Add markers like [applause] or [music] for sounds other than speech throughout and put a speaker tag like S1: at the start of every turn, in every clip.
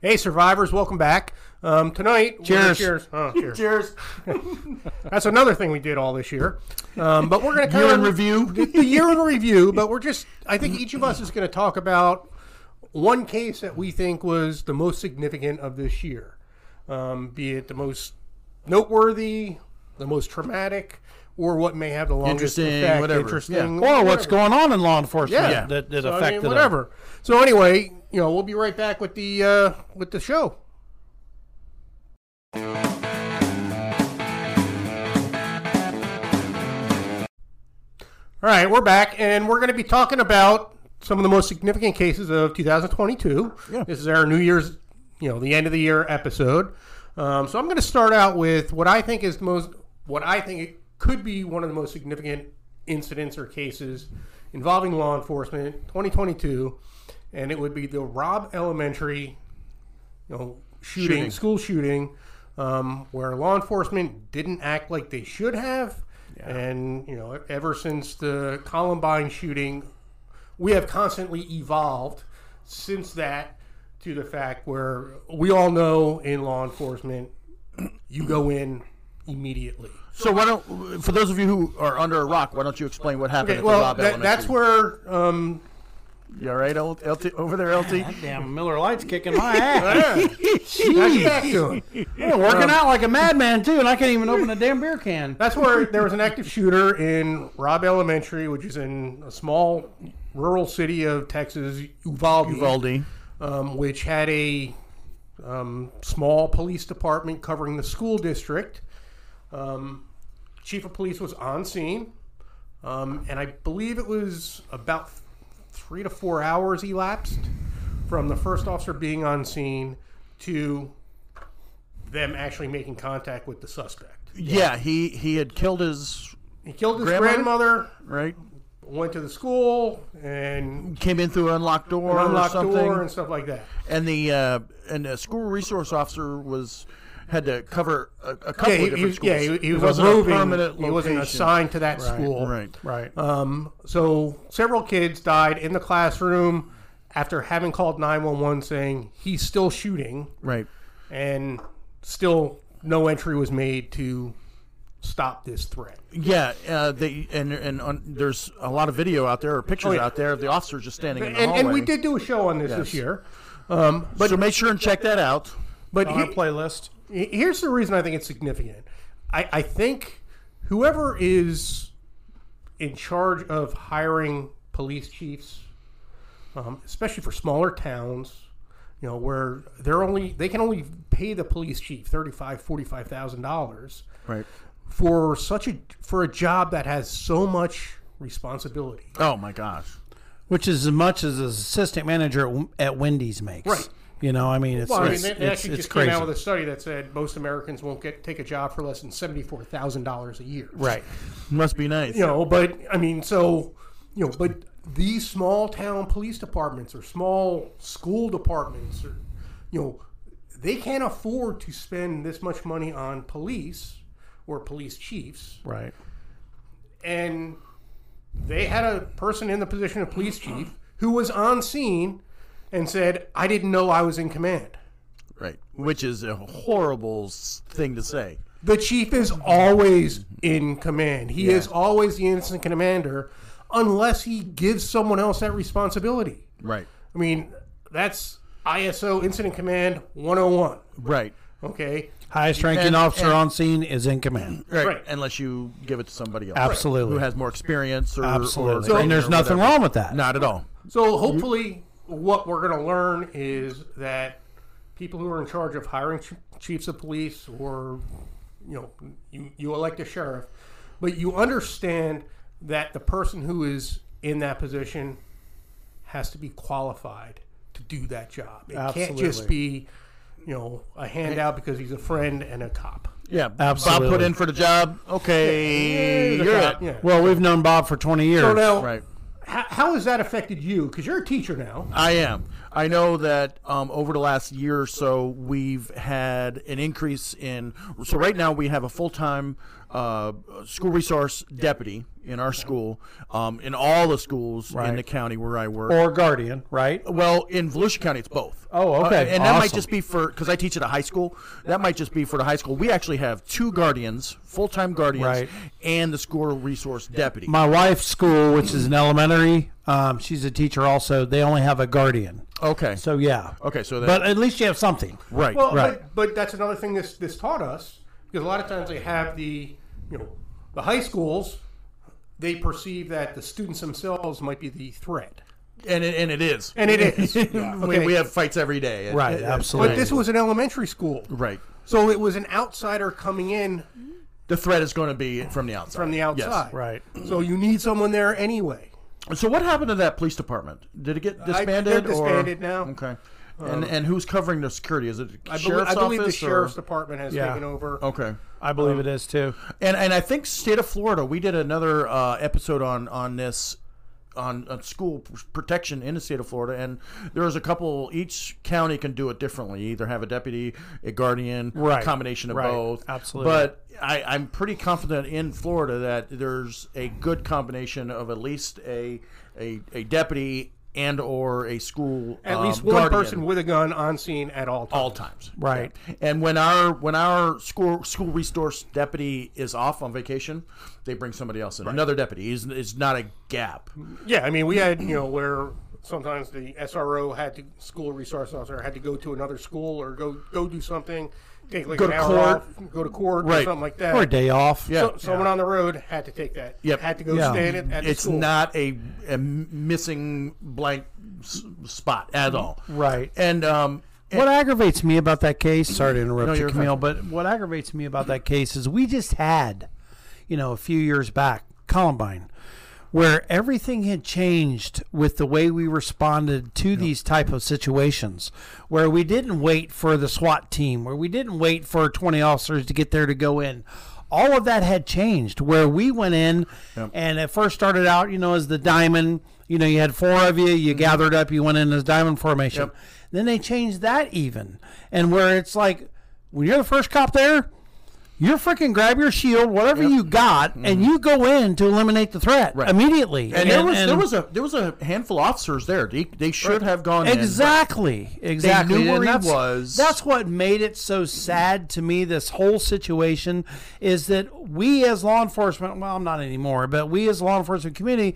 S1: Hey, survivors, welcome back. Um, tonight, we're-
S2: Cheers.
S1: cheers, Oh, cheers.
S3: Cheers.
S1: That's another thing we did all this year. Um, but we're going to
S2: [laughs] Year in
S1: [laughs]
S2: review.
S1: the year in review, but we're just, I think each of us is going to talk about one case that we think was the most significant of this year, um, be it the most noteworthy, the most traumatic, or what may have the longest
S3: Interesting,
S1: effect,
S3: whatever.
S1: interesting,
S2: Or what's
S1: whatever.
S2: going on in law enforcement
S1: Yeah.
S2: that, that
S1: So, I mean,
S2: affected them.
S1: whatever. So anyway, you know, we'll be right back with the uh, with the show. All right, we're back, and we're going to be talking about some of the most significant cases of 2022.
S3: Yeah.
S1: This is our New Year's, you know, the end of the year episode. Um, so I'm going to start out with what I think is the most, what I think it could be one of the most significant incidents or cases involving law enforcement 2022, and it would be the Rob Elementary, you know, shooting,
S3: Shooting.
S1: school shooting, um, where law enforcement didn't act like they should have. And, you know, ever since the Columbine shooting, we have constantly evolved since that to the fact where we all know in law enforcement, you go in immediately.
S3: So why don't, for those of you who are under a rock, why don't you explain what happened
S1: Okay,
S3: at the
S1: well,
S3: Rob
S1: that,
S3: Elementary?
S1: that's where um,
S3: You all right, L- LT, over there, LT?
S2: Damn, Miller Light's kicking my ass. [laughs]
S1: how's your back
S3: [laughs]
S1: doing?
S2: Yeah, working out like a madman too, and I can't even open a damn beer can.
S1: That's where there was an active shooter in Rob Elementary, which is in a small rural city of Texas, Uvalde,
S3: Valdi.
S1: um, which had a um, small police department covering the school district. Um, chief of police was on scene, um, and I believe it was about three to four hours elapsed from the first officer being on scene to them actually making contact with the suspect.
S3: Yeah, he, he had killed his,
S1: He killed his
S3: Grandmother?
S1: grandmother,
S3: right?
S1: went to the school, and
S3: Came in through an unlocked door
S1: unlocked
S3: or something.
S1: door and stuff like that.
S3: and the uh, and the school resource officer was had to cover a, a couple
S1: Yeah, he,
S3: of different
S1: he was-
S3: schools.
S1: yeah, he, he
S3: It
S1: was
S3: wasn't a
S1: roving.
S3: permanent
S1: he wasn't
S3: location.
S1: assigned to that school.
S3: right.
S1: right. Um, so several kids died in the classroom after having called nine one one saying he's still shooting,
S3: Right.
S1: and still no entry was made to stop this threat.
S3: Yeah, uh, they and and on, there's a lot of video out there or pictures
S1: Oh, yeah.
S3: out there of the officers just standing in the
S1: And,
S3: hallway.
S1: and we did do a show on this this year. Um,
S3: but so make sure and check that out.
S1: but
S2: On our
S1: he-
S2: playlist.
S1: He- Here's the reason I think it's significant. I, I think whoever is in charge of hiring police chiefs, um, especially for smaller towns, you know, where they're only they can only pay the police chief thirty five, forty five thousand dollars
S3: Right.
S1: for such a for a job that has so much responsibility.
S3: Oh my gosh.
S2: Which is as much as an assistant manager at, at Wendy's makes.
S1: Right.
S2: You know, I mean, it's
S1: Well, I mean,
S2: it's,
S1: they, they
S2: it's,
S1: actually
S2: it's
S1: just
S2: crazy.
S1: came out with a study that said most Americans won't get take a job for less than seventy four thousand dollars a year.
S2: right.
S3: Must be nice.
S1: you know but i mean so you know but these small town police departments or small school departments or you know they can't afford to spend this much money on police or police chiefs
S2: Right.
S1: and they had a person in the position of police chief who was on scene and said i didn't know i was in command
S3: Right. Which is a horrible s- thing to say.
S1: The chief is always in command. He is always the instant commander, unless he gives someone else that responsibility.
S3: Right.
S1: I mean, that's ISO Incident Command 101.
S3: Right.
S1: Okay.
S2: Highest ranking
S3: And-
S2: officer
S3: and-
S2: on scene is in command.
S3: Right.
S1: Right.
S3: Unless you give it to somebody else.
S2: Absolutely.
S3: Who has more experience or
S2: Absolutely.
S3: Or
S2: and there's
S3: or
S2: nothing
S3: whatever.
S2: wrong with that.
S3: Not at all.
S1: So hopefully, what we're going to learn is that people who are in charge of hiring ch- chiefs of police, or you know, you, you elect a sheriff, but you understand that the person who is in that position has to be qualified to do that job. It can't just
S2: Absolutely.
S1: be, you know, a handout because he's a friend and a cop.
S3: Yeah.
S2: Absolutely.
S3: Bob put in for the job. Okay.
S1: Yeah,
S3: you're
S1: yeah.
S3: it.
S1: Yeah.
S2: Well, we've known Bob for 20 years.
S1: So now,
S3: Right.
S1: how, how has that affected you? Because you're a teacher now.
S3: I am. I know that um, over the last year or so, we've had an increase in. So right now we have a full time uh, school resource deputy in our school, um, in all the schools in
S2: Right.
S3: the county where I work.
S2: or guardian, right?
S3: Well, in Volusia County, it's both.
S2: Oh, okay.
S3: Uh, and that might
S2: Awesome.
S3: just be for because I teach at a high school. That might just be for the high school. We actually have two guardians, full time guardians,
S2: Right.
S3: and the school resource deputy.
S2: My wife's school, which is an elementary, um, she's a teacher also. They only have a guardian.
S3: okay.
S2: So yeah.
S3: Okay, so that-
S2: but at least you have something.
S3: right.
S1: Well,
S2: Right.
S1: but, but that's another thing this this taught us because a lot of times they have the you know the high schools they perceive that the students themselves might be the threat,
S3: and it, and it is.
S1: and it
S3: [laughs]
S1: is.
S3: we, we have fights every day. It-
S2: Right,
S3: it-
S2: absolutely.
S1: but this was an elementary school,
S3: Right.
S1: so it was an outsider coming in
S3: The threat is going to be from the outside.
S1: from the
S3: Yes.
S1: outside,
S2: Right.
S1: So you need someone there anyway.
S3: So what happened to that police department? Did it get
S1: they're
S3: disbanded? or-
S1: disbanded now. Um,
S3: Okay. and and who's covering the security? Is it the
S1: I, belie-
S3: sheriff's
S1: I believe the
S3: office? or- Oh,
S1: sheriff's department has
S2: Yeah.
S1: taken over.
S3: Okay.
S2: I believe it is too.
S3: And and I think state of Florida. We did another uh, episode on on this. On, on school p- protection in the state of Florida, and there's a couple. Each county can do it differently. Either have a deputy, a guardian,
S2: Right.
S3: combination of
S2: Right.
S3: both.
S2: Absolutely.
S3: But I, I'm pretty confident in Florida that there's a good combination of at least a a, a deputy and or a school
S1: At
S3: um,
S1: least one
S3: guardian
S1: person with a gun on scene at all times.
S3: all times.
S2: Right.
S3: And when our when our school school resource deputy is off on vacation, they bring somebody else in. Another deputy is is not a gap.
S1: Yeah, I mean, we had
S3: [clears throat]
S1: you know where sometimes the SRO had to school resource officer had to go to another school or go go do something, take like
S3: Go
S1: an
S3: to
S1: hour
S3: court.
S1: off, go to court or
S3: Right.
S1: something like
S2: Or a
S1: that.
S2: day off.
S3: Yeah.
S1: So, someone on the road had to take that.
S3: Yep.
S1: had to go
S2: Yeah.
S1: stand at, at the
S3: It's
S1: school.
S3: not a, a missing blank s- spot at all.
S2: Right.
S3: And um
S2: What aggravates me about that case, sorry to interrupt
S3: No,
S2: you,
S3: you're
S2: Camille, but what aggravates me about that case is we just had, you know, a few years back, Columbine, where everything had changed with the way we responded to these type of situations, where we didn't wait for the SWAT team, where we didn't wait for 20 officers to get there to go in. All of that had changed where we went in and it first started out, you know, as the diamond, you know, you had four of you, you gathered up, you went in as diamond formation. Then they changed that even, and where it's like, when you're the first cop there, you're freaking grab your shield, whatever you got, and you go in to eliminate the threat
S3: Mm-hmm. Right.
S2: immediately.
S3: and, there was there
S2: and-
S3: was a there was a handful of officers there. They, they should have gone in, but-
S2: exactly, exactly.
S3: knew
S2: And
S3: where he
S2: that's-
S3: was.
S2: That's what made it so sad to me. This whole situation is that we as law enforcement, well, I'm not anymore, but we as law enforcement community.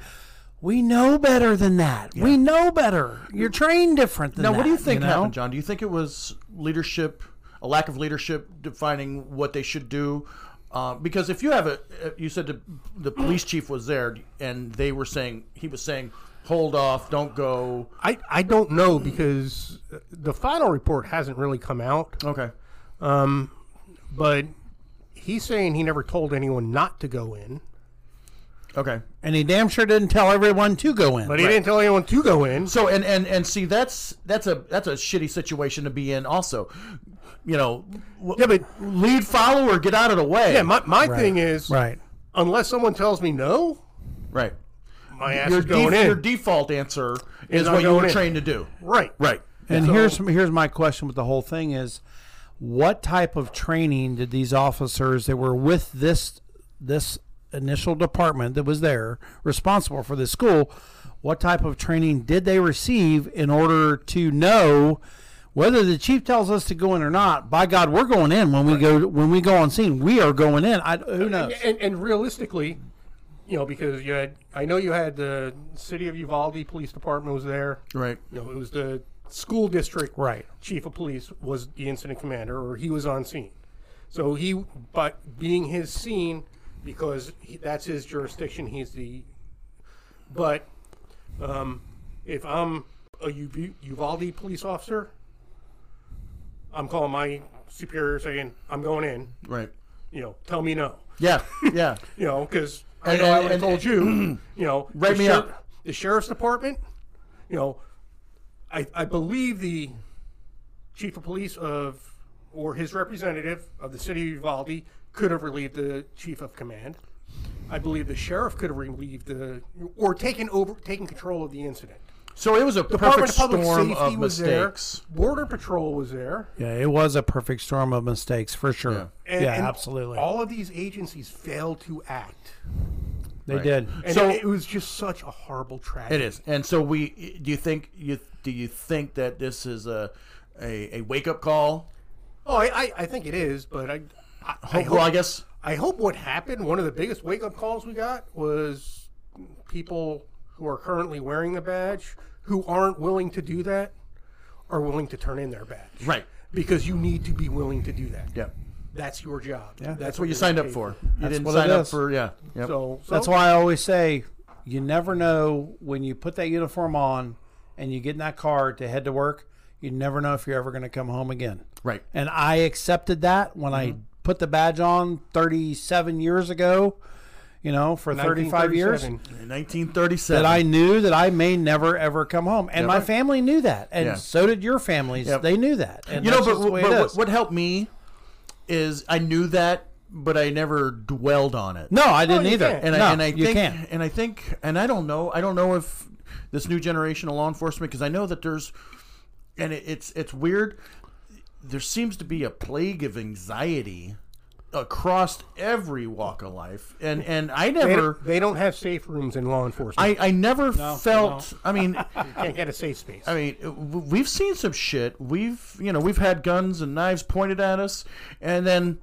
S2: We know better than that. We know better. You're trained different than
S3: Now,
S2: that.
S3: what do you think
S2: know?
S3: happened, John? Do you think it was leadership, a lack of leadership defining what they should do? Uh, because if you have a, uh, you said the, the police chief was there and they were saying he was saying, hold off, don't go.
S1: I I don't know because the final report hasn't really come out,
S3: Okay.
S1: but he's saying he never told anyone not to go in,
S3: Okay.
S2: And he damn sure didn't tell everyone to go in.
S1: but he didn't tell anyone to go in.
S3: So and and and see that's that's a that's a shitty situation to be in. Also, you know, w-
S1: Yeah, but
S3: lead follower, get out of the way.
S1: yeah, my my thing is
S2: right.
S1: unless someone tells me no,
S3: right.
S1: my ass
S3: Your,
S1: is going
S3: def-
S1: in.
S3: your default answer is
S1: not
S3: what you
S1: going
S3: were
S1: in.
S3: trained to do.
S1: right.
S3: Right.
S2: And here's here's my question with the whole thing is what type of training did these officers that were with this this initial department that was there responsible for this school what type of training did they receive in order to know whether the chief tells us to go in or not by god we're going in when we go when we go on scene we are going in I, who knows
S1: And, and realistically, you know, because you had, I know you had the city of Uvalde police department was there.
S3: Right.
S1: You know, it was the school district
S2: Right.
S1: chief of police was the incident commander, or he was on scene. So he, but being his scene, because he, that's his jurisdiction, he's the. But um, if I'm a Uv- Uvalde police officer, I'm calling my superior saying, I'm going in.
S3: Right.
S1: You know, tell me no
S3: Yeah.
S2: [laughs]
S3: Yeah.
S1: you know, because I
S3: And-
S1: know I
S3: and-
S1: would have
S3: and-
S1: told you, you know,
S3: Write
S1: the
S3: me
S1: sher-
S3: up.
S1: The sheriff's department, you know, I, I believe the chief of police of or his representative of the city of Uvalde could have relieved the chief of command. I believe the sheriff could have relieved the or taken over, taken control of the incident.
S3: So it was a
S1: Department
S3: perfect
S1: of Public
S3: storm
S1: Safety
S3: of
S1: was there.
S3: mistakes.
S1: Border Patrol was there.
S2: Yeah, it was a perfect storm of mistakes for sure. Yeah,
S1: And, and
S2: absolutely.
S1: All of these agencies failed to act.
S2: they did.
S1: And
S3: So-
S1: it, it was just such a horrible tragedy.
S3: It is, and so we. Do you think you do you think that this is a a, a wake up call?
S1: Oh, I, I, I think it is, but I, I, I hope,
S3: well, I guess
S1: I hope what happened, one of the biggest wake up calls we got was people who are currently wearing the badge who aren't willing to do that are willing to turn in their badge.
S3: Right.
S1: Because you need to be willing to do that.
S3: yeah.
S1: That's your job. Yeah,
S3: That's what you signed up for. You
S2: That's
S3: didn't
S2: what
S3: sign
S2: it
S3: up
S2: is.
S3: for yeah. Yep.
S1: So, so
S2: That's why I always say you never know when you put that uniform on and you get in that car to head to work, you never know if you're ever going to come home again.
S3: right. Mm-hmm.
S2: And I accepted that when I put the badge on 37 years ago, you know, for 35 years.
S1: 1937.
S3: In 1937.
S2: That I knew that I may never ever come home, and my family knew that, and
S3: Yeah.
S2: so did your families.
S3: Yep.
S2: They knew that, and
S3: you know,
S2: that's
S3: but,
S2: just the way
S3: but
S2: it
S3: what,
S2: is.
S3: what helped me is I knew that, but I never dwelled on it.
S2: no, I didn't
S1: you
S2: either.
S1: can't.
S3: and
S2: no,
S3: I and I
S2: you
S3: think
S2: can't.
S3: and I think and I don't know I don't know if this new generation of law enforcement because I know that there's and it, it's it's weird there seems to be a plague of anxiety across every walk of life and and I
S1: They,
S3: never
S1: don't- they don't have safe rooms in law enforcement.
S3: I I never felt I mean
S1: I can't get a safe space.
S3: I mean, w- we've seen some shit. We've, you know, we've had guns and knives pointed at us, and then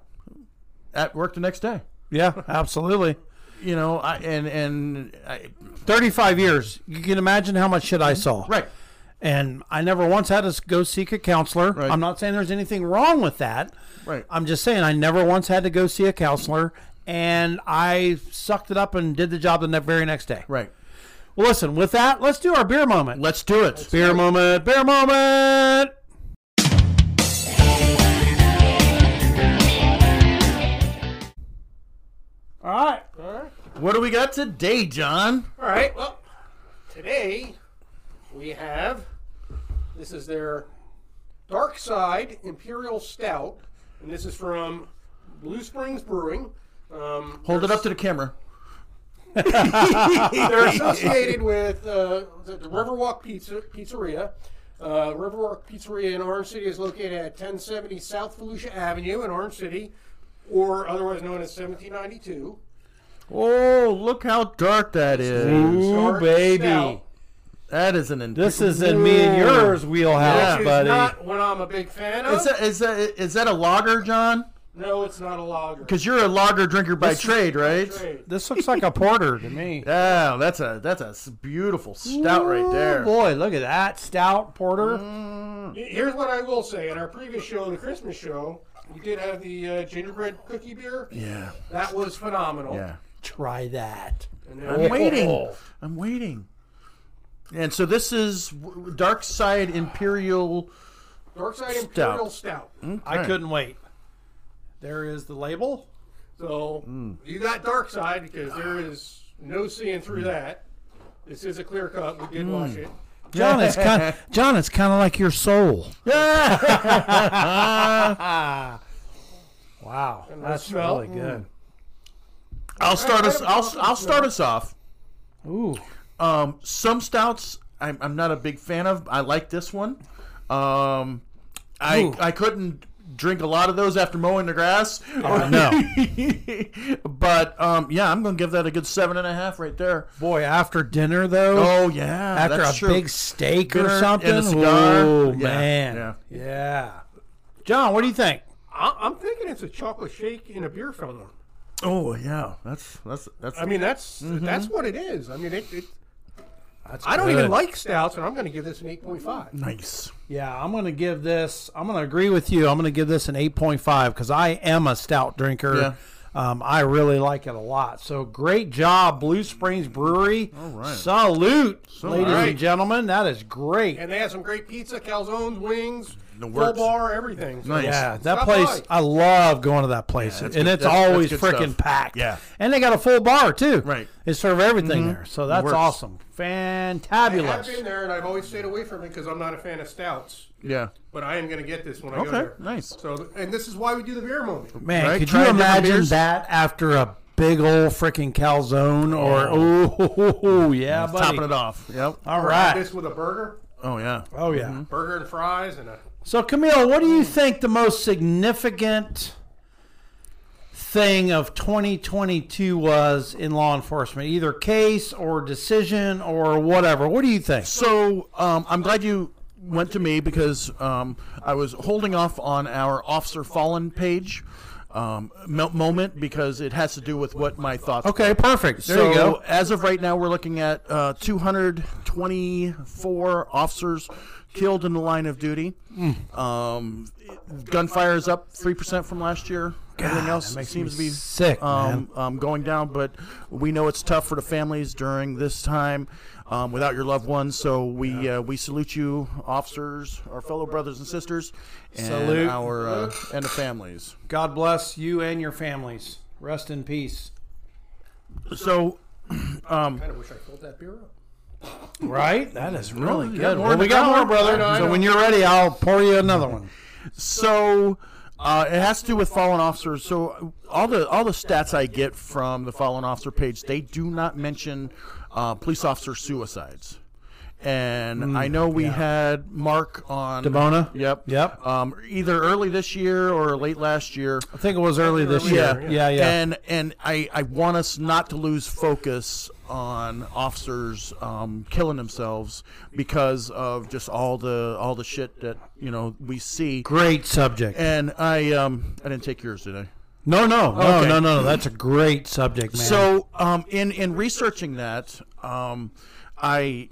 S3: at work the next day.
S2: Yeah, absolutely.
S3: You know, I and and I,
S2: 35 years. You can imagine how much shit I saw.
S3: Mm-hmm. right,
S2: And I never once had to s- go seek a counselor.
S3: Right.
S2: I'm not saying there's anything wrong with that.
S3: right.
S2: I'm just saying I never once had to go see a counselor. And I sucked it up and did the job the ne- very next day.
S3: Right.
S2: Well, listen, with that, let's do our beer moment.
S3: Let's do it.
S2: beer moment, beer moment. All right.
S3: What do we got today, John?
S1: All right. Well, today we have this is their Dark Side Imperial Stout, and this is from Blue Springs Brewing. Um,
S3: Hold it up to the camera.
S1: they're associated
S2: [laughs]
S1: with uh, the the Riverwalk Pizza Pizzeria. Uh, Riverwalk Pizzeria in Orange City is located at 1070 South Volusia Avenue in Orange City, or otherwise known as 1792.
S3: Oh, look how dark that is.
S1: Dark
S2: baby.
S1: Stout.
S3: That is an. Ind-
S2: This is in me and yours
S1: Which
S2: wheelhouse,
S1: is
S2: buddy.
S1: not what I'm a big fan of.
S3: Is that is that is that a lager, John?
S1: no, it's not a lager.
S3: Because you're a lager drinker by trade, right?
S1: Great.
S2: This looks like a porter to
S3: [laughs]
S2: me.
S3: Yeah, that's a that's a s- beautiful stout right
S2: Oh,
S3: there. Mm.
S2: boy, look at that stout porter.
S1: Here's what I will say: in our previous show, the Christmas show, we did have the uh, gingerbread cookie beer.
S3: Yeah.
S1: That was phenomenal.
S3: Yeah.
S2: Try that.
S1: And
S3: I'm
S1: then
S3: waiting. I'm waiting. And so this is w- Dark Side Imperial.
S1: Dark Side Imperial Stout.
S3: Hmm?
S2: I couldn't wait. There is the label.
S1: So
S3: Hmm.
S1: you got Dark Side because there is no seeing through
S3: Hmm.
S1: that. This is a clear cut. We did wash it.
S2: John, it's
S3: [laughs]
S2: kind. John, it's kind of like your [laughs] soul. wow,
S1: And
S2: that's
S1: the smell.
S2: really good.
S3: I'll start us. I'll I'll start us off.
S2: Ooh,
S3: Um, some stouts I'm, I'm not a big fan of. I like this one. Um, I
S2: Ooh.
S3: I couldn't drink a lot of those after mowing the grass.
S2: no,
S3: [laughs] but um, yeah, I'm gonna give that a good seven and a half right there.
S2: boy! After dinner though,
S3: Oh yeah,
S2: after
S3: that's
S2: a
S3: true.
S2: big steak
S3: Dinner and
S2: or
S3: a
S2: something.
S3: cigar.
S2: Oh
S3: Yeah,
S2: man,
S3: yeah.
S2: yeah. John, what do you think?
S1: I- I'm thinking it's a chocolate shake in a beer film.
S3: Oh yeah, that's that's that's.
S1: I mean, that's
S3: Mm-hmm.
S1: that's what it is. I mean, it. it
S2: That's
S1: I don't even
S2: good.
S1: like stouts, and I'm going to give this an 8.5.
S3: nice.
S2: Yeah, I'm going to give this. I'm going to agree with you. I'm going to give this an 8.5 because I am a stout drinker.
S3: Yeah.
S2: Um, I really like it a lot. So great job, Blue Springs Brewery. All
S3: right.
S2: Salute, ladies
S1: right.
S2: and gentlemen. That is great.
S1: And they have some great pizza, calzones, wings,
S3: The
S1: full
S3: works.
S1: bar, everything. So
S3: Nice.
S2: yeah, that
S1: Stop
S2: place.
S1: by.
S2: I love going to that place,
S3: that's
S2: and
S3: good-
S2: it's
S3: that's- that's
S2: always
S3: good
S2: freaking
S3: stuff.
S2: packed.
S3: Yeah.
S2: and they got a full bar too.
S3: Right. Mm-hmm.
S2: they serve everything there, so that's
S3: works.
S2: awesome,
S1: I have been
S2: fantabulous.
S1: there, and I've always stayed away from it because I'm not a fan of stouts.
S3: Yeah.
S1: But I am going to get this when I go
S3: Okay.
S1: there.
S3: Nice.
S1: So, and this is why we do the beer moment.
S2: Man,
S3: Right,
S2: could
S3: try
S2: you
S3: different
S2: imagine
S3: beers.
S2: that after a big old freaking calzone or oh, [laughs] yeah, buddy.
S3: Topping it off. Yep.
S2: All
S1: Have
S2: right.
S1: This with a burger,
S3: Oh yeah.
S2: Oh yeah.
S1: burger and fries, and a
S2: So Camille, what do you think the most significant thing of 2022 was in law enforcement, either case or decision or whatever? What do you think?
S3: So um, I'm glad you went to me because um, I was holding off on our Officer Fallen page um, mo- moment because it has to do with what my thoughts.
S2: Okay, perfect. There
S3: so
S2: you go.
S3: as of right now, we're looking at uh, 224 officers killed in the line of duty.
S2: Hmm.
S3: Um, gunfire is up three percent from last year. Everything else seems to be
S2: sick,
S3: um, um, going down, but we know it's tough for the families during this time um, without your loved ones. So we uh, we salute you, officers, our fellow brothers and sisters, and
S2: Salute.
S3: our uh, and the families.
S2: God bless you and your families. Rest in peace.
S3: So
S1: kind of wish I filled that beer up.
S2: Right? That is really good.
S3: more
S2: Well,
S3: to
S2: we got
S3: come.
S2: more, brother.
S1: I know, I
S2: so
S1: know.
S2: when you're ready, I'll pour you another one.
S3: So uh, it has to do with fallen officers. So uh, all the all the stats I get from the fallen officer page, they do not mention uh, police officer suicides. And I know we had Mark on
S2: Mm. Debona?
S3: Yep.
S2: Yep.
S3: Um, either early this year or late last year.
S2: I think it was early this
S3: Yeah.
S2: year. Yeah, yeah.
S3: And and I, I want us not to lose focus on officers um, killing themselves because of just all the all the shit that you know we see.
S2: Great subject.
S3: And I um I didn't take yours, did I?
S2: No, no, no,
S3: Okay.
S2: no, no. That's a great subject, man.
S3: So um in in researching that, um I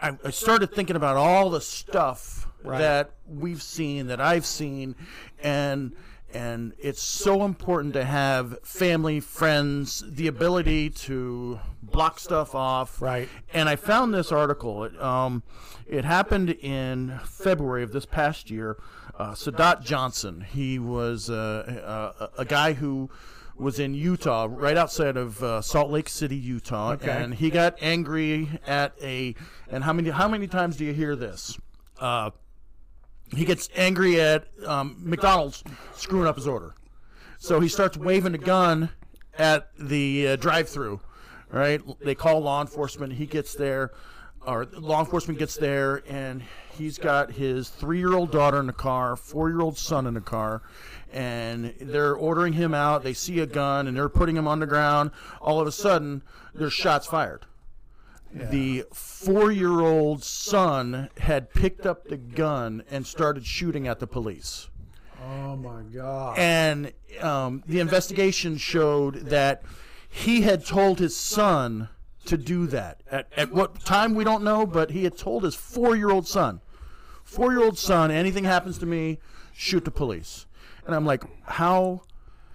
S3: I, I started thinking about all the stuff that we've seen that I've seen and and it's so important to have family, friends, the ability to block stuff off.
S2: Right.
S3: And I found this article. It, um, it happened in February of this past year. Uh, Sadat Johnson. He was uh, a- a, a guy who was in Utah, right outside of uh, Salt Lake City, Utah, and he got angry at a. And how many how many times do you hear this? Uh, he gets angry at um, McDonald's screwing up his order. So he starts waving a gun at the uh, drive-through. Right? They call law enforcement. He gets there, or law enforcement gets there, and he's got his three-year-old daughter in the car, four-year-old son in the car, and they're ordering him out. They see a gun and they're putting him on the ground. All of a sudden, there's shots fired. The four-year-old son had picked up the gun and started shooting at the police
S2: oh my god.
S3: and um, the investigation showed that he had told his son to do that. At, at what time we don't know, but he had told his four-year-old son, four-year-old son, anything happens to me, shoot the police. And I'm like, how,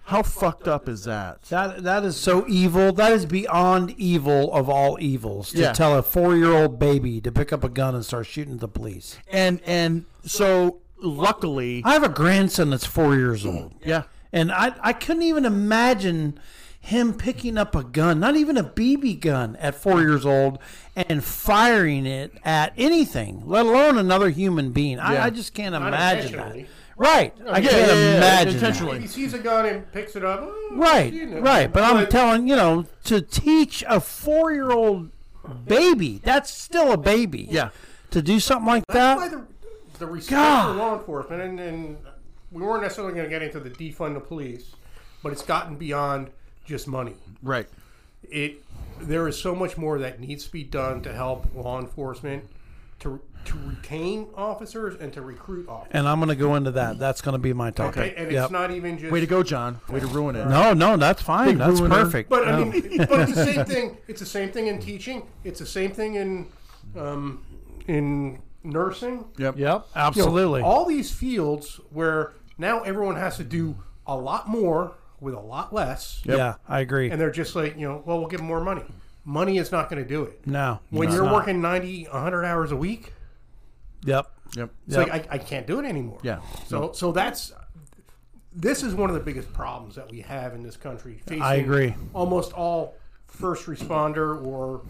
S3: how fucked up is that?
S2: That that is so evil. That is beyond evil of all evils. To
S3: Yeah.
S2: tell a four-year-old baby to pick up a gun and start shooting at the police.
S3: And and so luckily,
S2: I have a grandson that's four years old,
S3: yeah,
S2: and I I couldn't even imagine him picking up a gun, not even a BB gun, at four years old, and firing it at anything, let alone another human being.
S3: Yeah.
S2: I, I just can't imagine that.
S1: intentionally.
S2: Right. I
S3: yeah,
S2: can't
S3: yeah, yeah,
S2: imagine. that.
S3: intentionally.
S1: He sees a gun and picks it up. Oh,
S2: Right,
S1: you know.
S2: right. But I'm telling you know to teach a four year old baby that's still a baby.
S3: Yeah.
S2: To do something like
S1: That's why
S2: that.
S1: the, the respect
S2: God.
S1: for law enforcement, and, and we weren't necessarily going to get into the defund the police, but it's gotten beyond just money.
S3: right.
S1: It there is so much more that needs to be done to help law enforcement to to retain officers and to recruit officers.
S2: And I'm going to go into that. That's going to be my topic.
S1: And, and
S2: Yep.
S1: it's not even just
S3: Way to go, John. Way to ruin it.
S2: no, no, that's fine.
S3: Big
S2: that's
S3: ruiner.
S2: perfect.
S1: But I mean,
S2: Um.
S1: but it's the same thing. It's the same thing in teaching. It's the same thing in um, in nursing.
S3: Yep.
S2: yep,
S1: You know,
S2: absolutely.
S1: all these fields where now everyone has to do a lot more with a lot less,
S2: Yeah, I agree.
S1: and they're just like, you know, well, we'll give them more money. Money is not going to do it.
S2: no,
S1: When
S2: it's
S1: you're
S2: not.
S1: working 90, 100 hours a week,
S2: Yep.
S3: Yep.
S1: it's like, I, I can't do it anymore.
S3: Yeah.
S1: So, so that's. This is one of the biggest problems that we have in this country. Facing
S2: agree.
S1: Almost all first responder or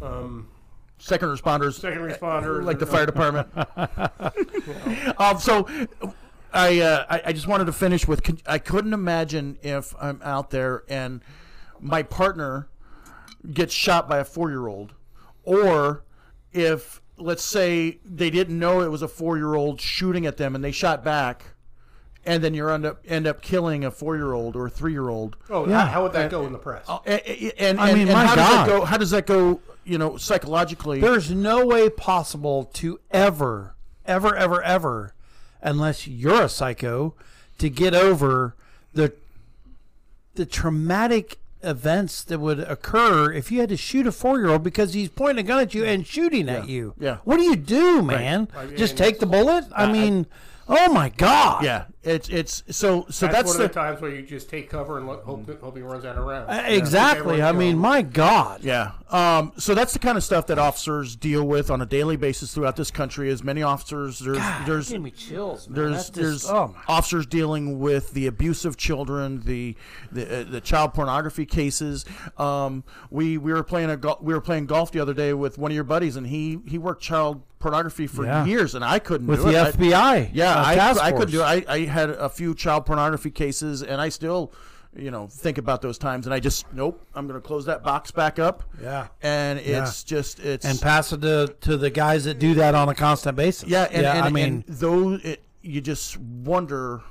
S1: um,
S3: Second responders.
S1: second responder,
S3: like the fire department. [laughs] um, so I, uh, I I just wanted to finish with. con- I couldn't imagine if I'm out there and my partner gets shot by a four year old, or if let's say they didn't know it was a four year old shooting at them and they shot back, and then you end up end up killing a four year old or a three year old.
S1: Oh,
S2: Yeah.
S1: how, how would that go in the press?
S3: And, Oh, and,
S2: I
S3: and-
S2: mean,
S3: and
S2: my
S3: how
S2: God.
S3: does that go? How does that go? You know, psychologically.
S2: There's no way possible to ever, ever, ever, ever, unless you're a psycho, to get over the the traumatic events that would occur if you had to shoot a four year old because he's pointing a gun at you and shooting at you.
S3: Yeah.
S2: What do you do, man? Just take the bullet? I, mean, oh my God.
S3: yeah, it's it's so so
S1: that's,
S3: that's,
S1: one
S3: the,
S1: of the times where you just take cover and look, hope, that- hope he runs out of rounds.
S2: Uh, Exactly. I mean, my God.
S3: Yeah. Um, so that's the kind of stuff that officers deal with on a daily basis throughout this country. As many officers, there's there's
S2: Give me chills, man.
S3: there's
S2: That's just-
S3: there's
S2: oh my
S3: officers dealing with the abuse of children, the the, uh, the child pornography cases. Um, we we were playing a gol we were playing golf the other day with one of your buddies, and he he worked child pornography for
S2: Yeah.
S3: years, and I couldn't
S2: with
S3: do
S2: the
S3: it. I-
S2: FBI.
S3: yeah,
S2: uh,
S3: I,
S2: task
S3: I could
S2: force.
S3: do. I, I had a few child pornography cases, and I still, you know, think about those times, and I just nope. I'm going to close that box back up.
S2: Yeah.
S3: and it's just it's
S2: and pass it to, to the guys that do that on a constant basis.
S3: yeah, and, and
S2: I mean,
S3: and though it, you just wonder,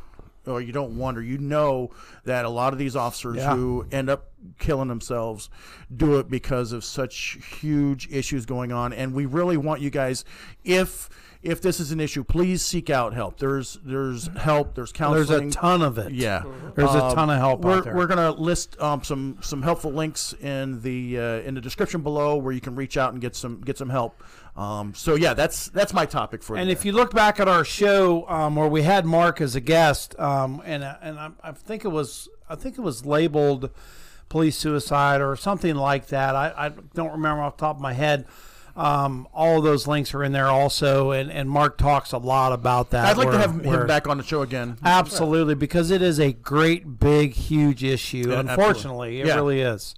S3: or you don't wonder, you know that a lot of these officers
S2: Yeah.
S3: who end up killing themselves do it because of such huge issues going on, and we really want you guys, if if this is an issue, please seek out help. There's there's help. There's
S2: there's
S3: counseling.
S2: a ton of it.
S3: Yeah,
S2: There's a
S3: Um,
S2: ton of help out
S3: We're,
S2: there.
S3: we're gonna list um, some some helpful links in the uh, in the description below where you can reach out and get some get some help. Um, so yeah, that's that's my topic for
S2: And
S3: today.
S2: if you look back at our show um, where we had Mark as a guest, um, and uh, and I, I think it was I think it was labeled police suicide or something like that. I, I don't remember off the top of my head. Um, all of those links are in there also, and, and Mark talks a lot about that.
S3: I'd like
S2: where-
S3: to have
S2: where-
S3: him back on the show again.
S2: Absolutely, because it is a great, big, huge issue. unfortunately, it
S3: Yeah.
S2: really is.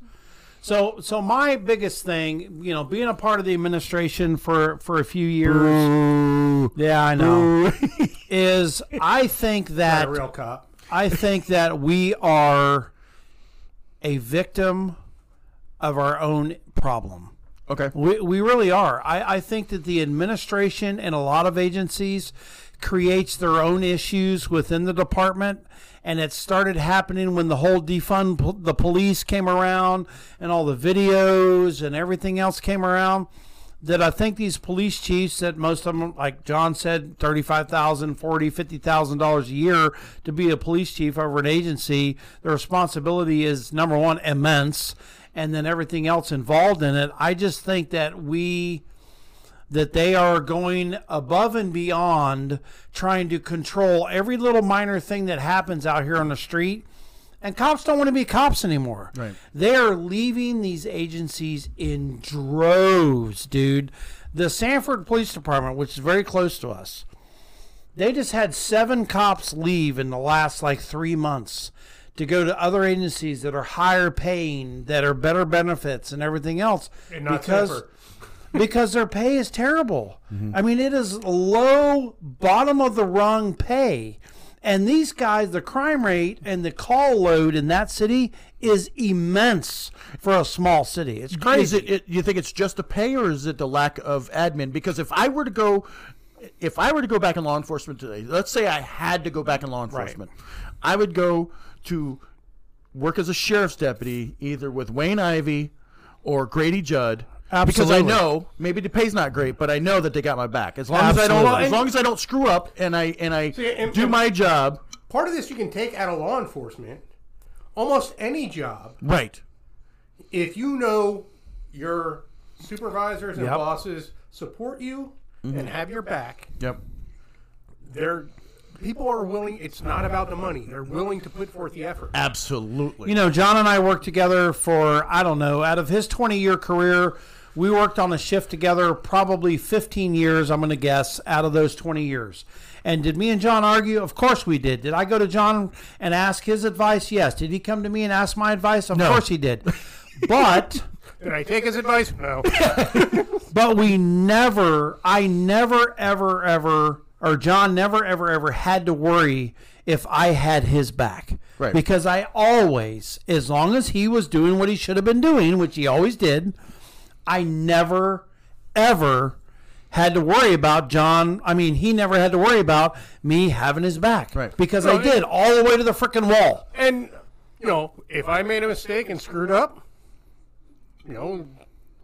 S2: So, so my biggest thing, you know, being a part of the administration for for a few years, yeah, I know,
S1: [laughs]
S2: is I think
S1: Not
S2: that
S1: a real cop.
S2: I think that we are a victim of our own problem.
S3: Okay.
S2: We, we really are. I, I think that the administration and a lot of agencies creates their own issues within the department and it started happening when the whole defund pol- the police came around and all the videos and everything else came around that I think these police chiefs that most of them like John said 35,000 40 50,000 dollars a year to be a police chief over an agency the responsibility is number one immense and then everything else involved in it I just think that we that they are going above and beyond trying to control every little minor thing that happens out here on the street. And cops don't want to be cops anymore.
S3: Right.
S2: They are leaving these agencies in droves, dude. The Sanford Police Department, which is very close to us, they just had seven cops leave in the last like three months to go to other agencies that are higher paying, that are better benefits and everything else.
S1: And not Sanford.
S2: because their pay is terrible. I mean, it is low, bottom of the rung pay. And these guys, the crime rate and the call load in that city is immense for a small city. It's crazy.
S3: Is it, it? You think it's just the pay, or is it the lack of admin? Because if I were to go, if I were to go back in law enforcement today, let's say I had to go back in law enforcement, I would go to work as a sheriff's deputy, either with Wayne Ivy or Grady Judd. Because I
S2: Absolutely.
S3: know maybe the pay's not great, but I know that they got my back. As long as I
S2: Absolutely.
S3: don't, as long as I don't screw up and I and I
S1: and-
S3: do
S1: and-
S3: my job
S1: Part of this you can take out of law enforcement. Almost any job,
S3: right.
S1: if you know your supervisors and
S2: Yep.
S1: bosses support you and have your back,
S3: Yep.
S1: they're people are willing. It's not about the money; they're willing to put forth the effort.
S3: Absolutely.
S2: You know, John and I worked together for, I don't know, out of his 20 year career, we worked on a shift together probably 15 years, I'm going to guess, out of those 20 years. And did me and John argue? Of course we did. Did I go to John and ask his advice? Yes. Did he come to me and ask my advice? Of course he did. But.
S1: Did I take his advice? No.
S2: But we never, I never, ever, ever, or John never ever ever had to worry if I had his back.
S3: Right.
S2: Because I always, as long as he was doing what he should have been doing, which he always did, I never ever had to worry about John. I mean, he never had to worry about me having his back.
S3: Right.
S2: Because
S1: No,
S2: I
S1: it-
S2: did all the way to the freaking wall.
S1: And you know, if I made a mistake and screwed up, you know,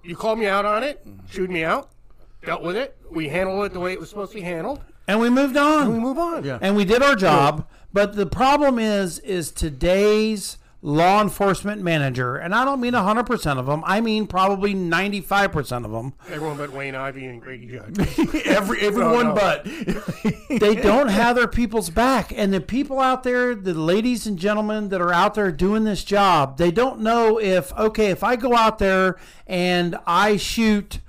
S1: you called me out on it, chewed me out, dealt with it. We handled it the way it was supposed to be handled.
S2: And we moved on.
S1: We move on.
S3: Yeah.
S2: and we did our job. But the problem is, is today's law enforcement manager, and I don't mean hundred percent of them. I mean probably ninety-five percent of them.
S1: Everyone but Wayne Ivy and Grady Judge.
S3: Every everyone
S1: no.
S3: but
S2: They don't have their people's back, and the people out there, the ladies and gentlemen that are out there doing this job, they don't know if okay, if I go out there and I shoot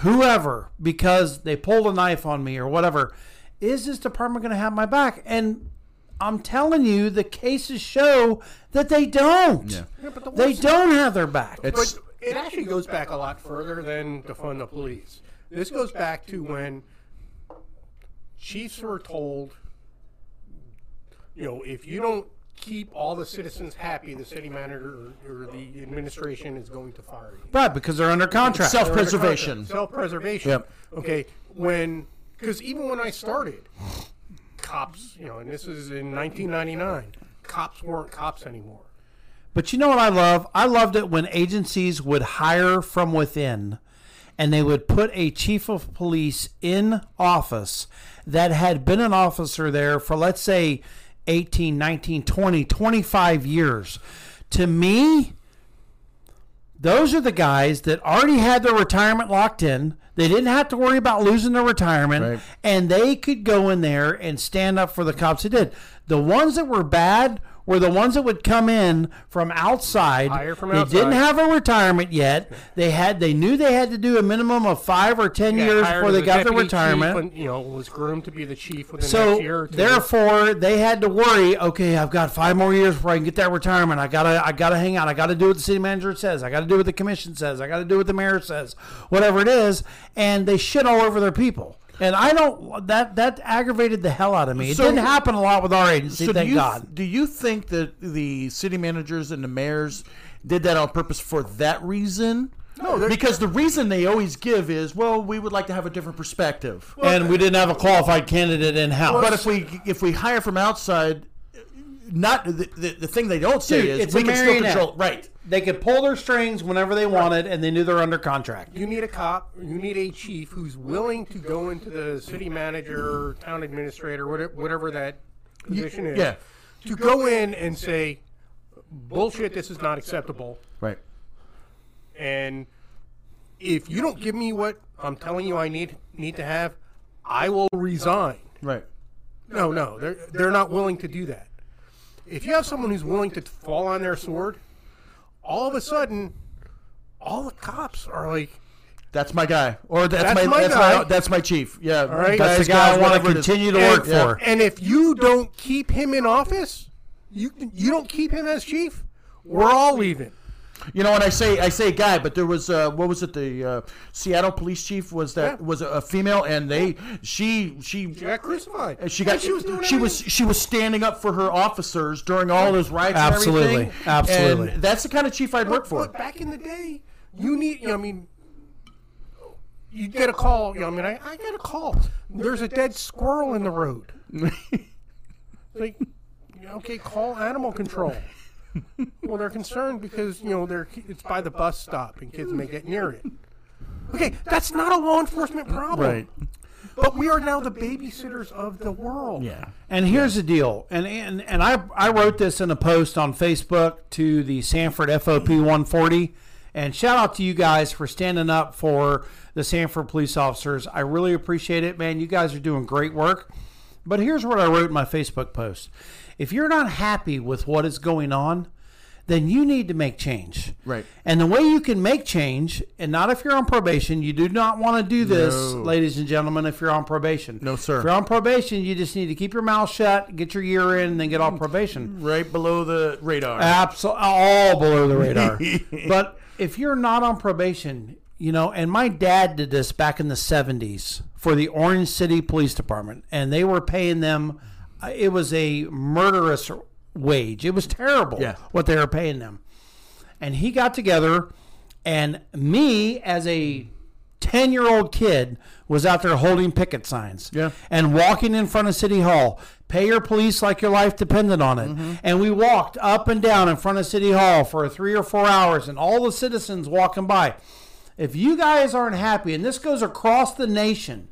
S2: whoever because they pulled a knife on me or whatever, is this department going to have my back? And I'm telling you, the cases show that they don't.
S1: but the
S2: They
S1: worst-
S2: don't have their back.
S1: But it actually goes back a lot further than defund the police. This goes back to when chiefs were told, you know, if you don't keep all the citizens happy, the city manager or, or the administration is going to fire you.
S2: Right, because they're under contract.
S3: Self- Preservation.
S1: Self-preservation.
S3: Yep.
S1: Okay. When, because even when I started, cops, you know, and this is in 1999, cops weren't cops anymore.
S2: But you know what I love? I loved it when agencies would hire from within and they would put a chief of police in office that had been an officer there for, let's say, 18, 19, 20, 25 years. To me, those are the guys that already had their retirement locked in. They didn't have to worry about losing their retirement,
S3: Right.
S2: and they could go in there and stand up for the cops. They did. The ones that were bad were the ones that would come in from outside.
S1: Hire from
S2: they
S1: outside.
S2: didn't have a retirement yet. They had. They knew they had to do a minimum of five or ten
S1: got
S2: years
S1: hired
S2: before
S1: as
S2: they
S1: a
S2: got their
S1: deputy chief
S2: retirement.
S1: and, you know, was groomed to be the chief within the next year
S2: So
S1: or two.
S2: therefore, they had to worry. Okay, I've got five more years before I can get that retirement. I gotta, I gotta hang out. I gotta do what the city manager says. I gotta do what the commission says. I gotta do what the mayor says. Whatever it is, and they shit all over their people. And I don't. That that aggravated the hell out of me. It
S3: So-
S2: didn't happen a lot with our agency.
S3: so do
S2: thank
S3: you,
S2: God.
S3: do you think that the city managers and the mayors did that on purpose for that reason?
S1: No, they're-
S3: because the reason they always give is, well, we would like to have a different perspective.
S2: and we didn't have a qualified candidate in house.
S3: but if we if we hire from outside, not the, the, the thing they don't say
S2: Dude,
S3: is
S2: it's
S3: we
S2: a
S3: can still
S2: marionette.
S3: control. Right.
S2: they could pull their strings whenever they wanted, and they knew they're under contract.
S1: you need a cop, you need a chief who's willing to go into the city manager, town administrator, whatever, whatever that position is,
S3: yeah.
S1: to go in and say, bullshit, this is not acceptable.
S3: Right.
S1: And if you don't give me what I'm telling you I need need to have, I will resign.
S3: Right.
S1: No, no, they're they're not willing to do that. If you have someone who's willing to fall on their sword, all of a sudden, all the cops are like,
S3: That's my guy, or that's,
S1: That's
S3: my,
S1: my
S3: that's
S1: guy.
S3: my that's my chief. Yeah.
S1: right.
S3: guys,
S2: That's the guy
S3: gals,
S2: I want
S3: whatever
S2: to
S3: it is.
S2: continue to
S1: And-
S2: work for.
S1: And if you don't keep him in office, you you don't keep him as chief, we're all leaving.
S3: You know, and I say I say guy, but there was uh, what was it? The uh, Seattle police chief was that
S1: Yeah.
S3: was a, a female, and they she she
S1: She got crucified.
S3: she got
S1: And she was doing
S3: she was she was standing up for her officers during all those riots. and
S2: Absolutely.
S3: everything.
S2: Absolutely.
S3: And that's the kind of chief I'd work for.
S1: But back in the day, you need. I mean, you get a call. You know, I mean, I, I get a call. There's a dead squirrel in the
S3: [laughs]
S1: road. like, okay, call animal control. Well, they're concerned because you know they're it's by the bus stop and kids may get near it. Okay, that's not a law enforcement problem. But we are now the babysitters of the world.
S3: Yeah.
S2: And here's the deal, and and, and I, I wrote this in a post on Facebook to the Sanford FOP 140, and shout out to you guys for standing up for the Sanford police officers. I really appreciate it, man. You guys are doing great work. But here's what I wrote in my Facebook post: If you're not happy with what is going on, then you need to make change.
S3: Right.
S2: And the way you can make change, and not if you're on probation, you do not want to do this,
S3: No.
S2: ladies and gentlemen. If you're on probation,
S3: No, sir.
S2: If you're on probation, you just need to keep your mouth shut, get your year in, and then get off probation.
S3: Right below the radar.
S2: Absolutely, all below
S3: [laughs]
S2: the radar. but if you're not on probation, you know, and my dad did this back in the 70s for the Orange City Police Department, and they were paying them. uh, It was a murderous wage. It was terrible
S3: Yeah.
S2: what they were paying them. And he got together, and me as a ten-year-old kid was out there holding picket signs
S3: Yeah.
S2: and walking in front of City Hall. Pay your police like your life depended on it. And we walked up and down in front of City Hall for three or four hours, and all the citizens walking by. If you guys aren't happy, and this goes across the nation,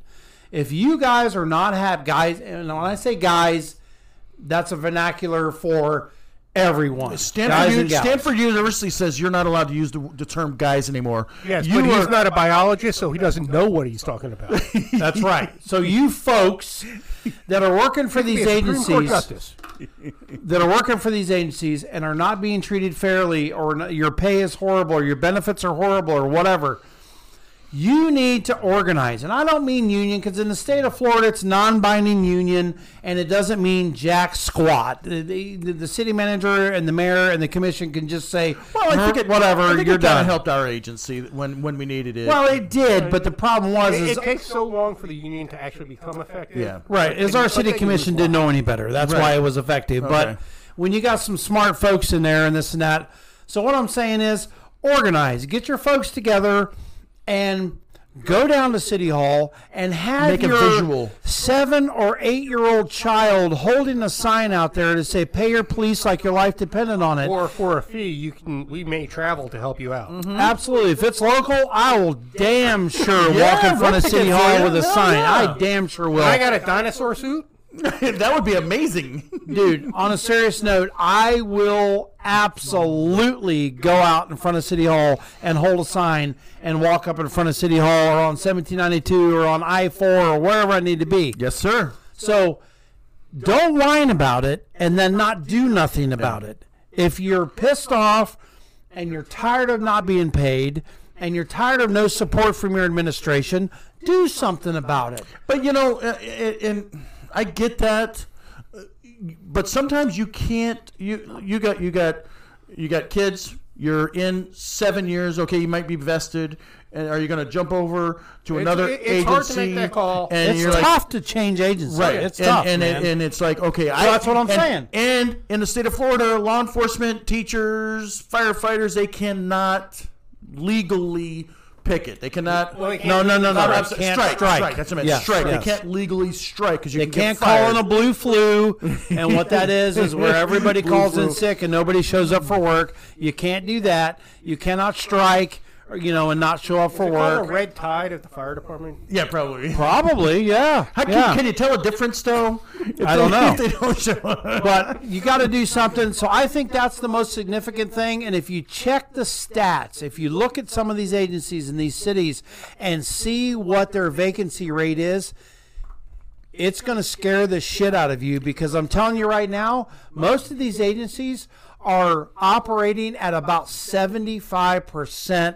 S2: if you guys are not happy, guys, and when I say guys, that's a vernacular for everyone. guys
S3: Stanford,
S2: and
S3: U-
S2: gals.
S3: Stanford University says you're not allowed to use the, the term guys anymore.
S1: Yes,
S3: you
S1: but
S3: are,
S1: he's not a biologist, so he doesn't know what he's talking
S3: [laughs]
S1: about.
S2: That's right. So you folks that are working for these
S1: Supreme Court
S2: agencies,
S1: justice.
S2: that are working for these agencies and are not being treated fairly, or not, your pay is horrible, or your benefits are horrible, or whatever. You need to organize. And I don't mean union because in the state of Florida, it's non binding union and it doesn't mean jack squat. The, the, the city manager and the mayor and the commission can just say,
S3: Well, I think it,
S2: whatever,
S3: I think
S2: you're
S3: it kinda
S2: done.
S3: helped our agency when when we needed it.
S2: Well, it did, but the problem was,
S1: It,
S2: is
S1: it takes so long for the union to actually become effective.
S3: Yeah.
S2: Right, as our city commission didn't know any better. That's why it was effective. But
S3: Okay.
S2: when you got some smart folks in there and this and that, so what I'm saying is organize, get your folks together, and go down to city hall and have
S3: Make a
S2: your
S3: visual.
S2: seven or eight year old child holding a sign out there to say "Pay your police like your life depended on it."
S1: Or for a fee, you can. We may travel to help you out.
S3: Mm-hmm.
S2: Absolutely, if it's local, I will damn sure
S3: Yeah,
S2: walk in front
S3: we'll
S2: of
S3: pick
S2: city
S3: it for
S2: hall
S3: you.
S2: with a
S3: Hell
S2: sign.
S3: yeah.
S2: I damn sure will.
S1: I got a dinosaur suit.
S3: [laughs] that would be amazing.
S2: dude on a serious note i will absolutely go out in front of city hall and hold a sign and walk up in front of city hall or on 1792 or on i4 or wherever i need to be
S3: yes, sir.
S2: so don't whine about it and then not do nothing about it. If you're pissed off and you're tired of not being paid and you're tired of no support from your administration, do something about it.
S3: But you know, uh, and, and I get that, uh, but sometimes you can't. You you got you got you got kids. You're in seven years. Okay, you might be vested. And are you going to jump over to another
S1: it- it's
S3: agency?
S1: hard to make that call.
S3: And
S2: it's
S3: you're like,
S2: tough to change agency.
S3: Right.
S2: It's
S3: and,
S2: tough.
S3: And,
S2: man.
S3: and it's like, okay, I,
S2: that's what I'm
S3: and-
S2: saying.
S3: And in the state of Florida, law enforcement, teachers, firefighters, they cannot legally picket. They cannot.
S1: Well, they can't-
S3: no, no, no, no.
S1: Right.
S3: I'm sorry,
S2: Can't
S3: Oh, strike,
S2: strike.
S3: strike. That's what I meant.
S2: Yes,
S3: strike.
S2: yes.
S3: They can't legally strike because you
S2: They
S3: can
S2: can't
S3: get
S2: call
S3: fired.
S2: in a blue flu, and what that is is where everybody calls in sick and nobody shows up for work. You can't do that. You cannot strike, or, you know, and not show up for
S1: They call it a
S2: work.
S1: red tide at the fire department.
S3: [laughs] Yeah, probably.
S2: Probably, yeah.
S3: How can,
S2: yeah.
S3: can you tell a difference though? [laughs] If
S2: I
S3: they-
S2: don't know.
S3: If they don't show up.
S2: but you got to do something. So I think that's the most significant thing. And if you check the stats, if you look at some of these agencies in these cities and see what their vacancy rate is, it's going to scare the shit out of you because I'm telling you right now, most of these agencies are operating at about 75%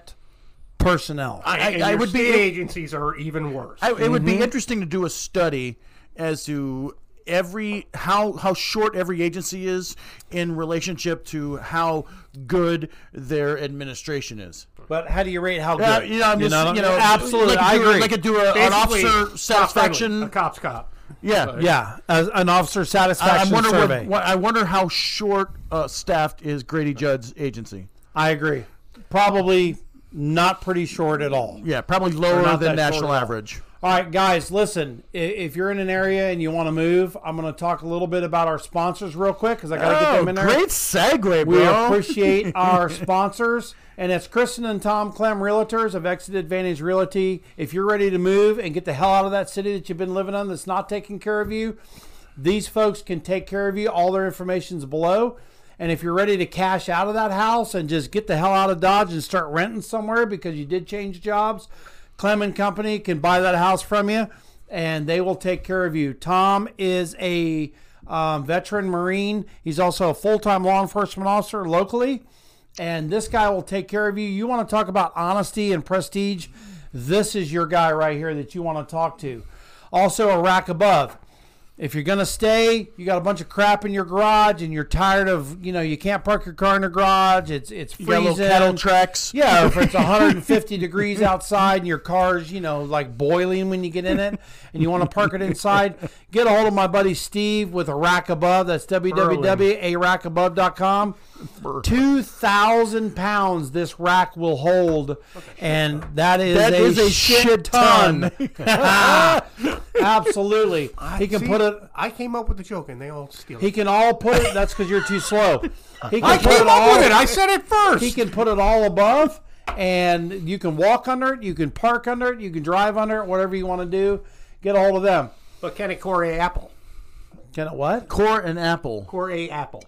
S2: personnel.
S1: And
S3: I
S1: your
S3: would be
S1: state agencies are even worse.
S3: I, it would
S2: Mm-hmm.
S3: be interesting to do a study as to every how how short every agency is in relationship to how good their administration is.
S2: But how do you rate how good?
S3: Uh, you know, I'm just, you know,
S2: absolutely.
S3: Like
S2: I
S3: do, a-
S2: agree.
S3: Like a, do a, an
S1: Basically,
S3: officer
S1: A
S3: satisfaction.
S1: cop's cop.
S3: Yeah,
S2: yeah, as an officer
S3: I, I
S2: satisfaction
S3: wonder
S2: survey.
S3: what, what I wonder how short uh, staffed is Grady Judd's agency.
S2: I agree. Probably not pretty short at all.
S3: Yeah, probably lower
S2: not
S3: than
S2: that short
S3: national
S2: at all.
S3: average.
S2: All right, guys, listen. i- If you're in an area and you want to move, I'm going to talk a little bit about our sponsors real quick because I got to get
S3: Oh,
S2: them in there.
S3: great segue, bro.
S2: We appreciate our sponsors, and it's Kristen and Tom Clem Realtors of Exit Advantage Realty. If you're ready to move and get the hell out of that city that you've been living in that's not taking care of you, these folks can take care of you. All their information's below. And if you're ready to cash out of that house and just get the hell out of Dodge and start renting somewhere because you did change jobs, Clem and Company can buy that house from you and they will take care of you. Tom is a um, veteran Marine. He's also a full time law enforcement officer locally. And this guy will take care of you. You want to talk about honesty and prestige? This is your guy right here that you want to talk to. Also, a rack above. If you're gonna stay, you got a bunch of crap in your garage, and you're tired of you know you can't park your car in the garage. It's it's
S3: You got
S2: freezing.
S3: little kettle tracks.
S2: Yeah, or
S1: [laughs]
S2: if it's 150 degrees outside and your car's, you know, like boiling when you get in it and you want to park it inside, get a hold of my buddy Steve with a rack above. That's www.arackabove.com. 2,000 pounds this rack will hold, and that is,
S3: That
S2: a,
S3: is a
S2: shit,
S1: [laughs]
S3: shit
S2: [laughs] ton. Ah, Absolutely. He can
S1: See,
S2: put it.
S1: I came up with the joke, and they all steal
S2: He
S1: it.
S2: can all put it. That's because you're too slow. He can
S1: I
S2: put
S1: came
S2: all-
S1: up with it. I said it first.
S2: he can put it all above, and you can walk under it, you can park under it, you can drive under it, whatever you want to do. Get a hold of them.
S1: but can it Corey Apple?
S2: Can it what?
S3: Core and apple.
S1: Corey Apple.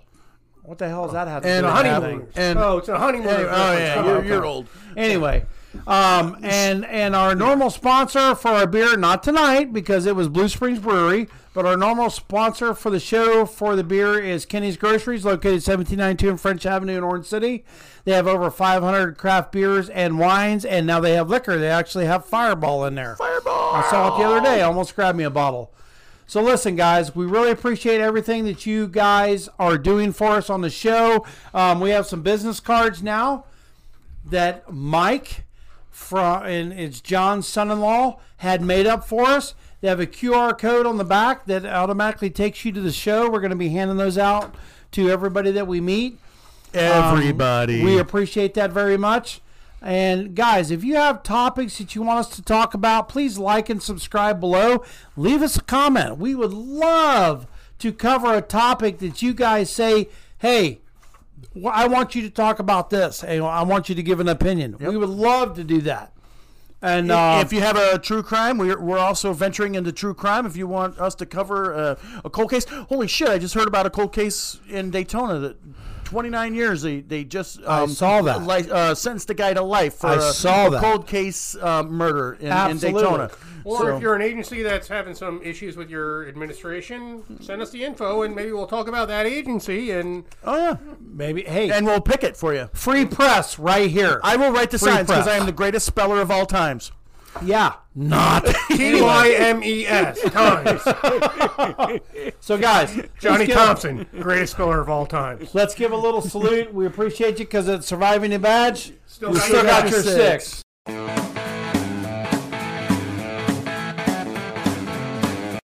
S2: What the hell is that? Have to
S3: And
S2: do
S3: a
S2: with
S3: honeymoon.
S2: anything?
S3: And
S1: oh, it's a honeymoon.
S3: Hey, oh
S1: reference.
S3: yeah,
S1: Oh,
S3: you're,
S1: okay.
S3: you're old.
S2: [laughs] Anyway, um, and and our normal sponsor for our beer, not tonight because it was Blue Springs Brewery, but our normal sponsor for the show for the beer is Kenny's Groceries, located 1792 in French Avenue in Orange City. They have over 500 craft beers and wines, and now they have liquor. They actually have Fireball in there.
S3: Fireball.
S2: I saw it the other day. I Almost grabbed me a bottle. So listen, guys, we really appreciate everything that you guys are doing for us on the show. Um, we have some business cards now that Mike from and it's John's son-in-law had made up for us. They have a QR code on the back that automatically takes you to the show. We're going to be handing those out to everybody that we meet.
S3: Everybody.
S2: Um, We appreciate that very much. And guys, if you have topics that you want us to talk about, please like and subscribe below. Leave us a comment. We would love to cover a topic that you guys say, hey, wh- I want you to talk about this. And I want you to give an opinion. We would love to do that. And uh,
S3: if you have a true crime, we're, we're also venturing into true crime. If you want us to cover uh, a cold case, holy shit! I just heard about a cold case in Daytona that 29 years they they just um,
S2: saw that.
S3: li- uh, sentenced a guy to life for
S2: I
S3: a-
S2: saw
S3: a
S2: that.
S3: cold case uh, murder in, in
S2: Absolutely.
S3: Daytona.
S1: Or
S3: So-
S1: if you're an agency that's having some issues with your administration, send us the info, and maybe we'll talk about that agency.
S2: [laughs]
S1: And
S3: oh yeah,
S2: maybe, hey,
S3: and we'll pick it for you.
S2: free press right here.
S3: I will write the
S2: Free
S3: signs because
S2: press.
S3: I am the greatest speller of all times.
S2: yeah, not.
S1: T Y M E S times
S3: [laughs]
S2: so guys, let's
S1: Johnny
S2: get-
S1: Thompson, greatest speller of all time.
S2: Let's give a
S3: [laughs]
S2: little salute. We appreciate you because it's surviving the badge.
S1: Still
S2: you
S1: got
S2: still
S1: your
S2: got your
S3: six.
S2: six.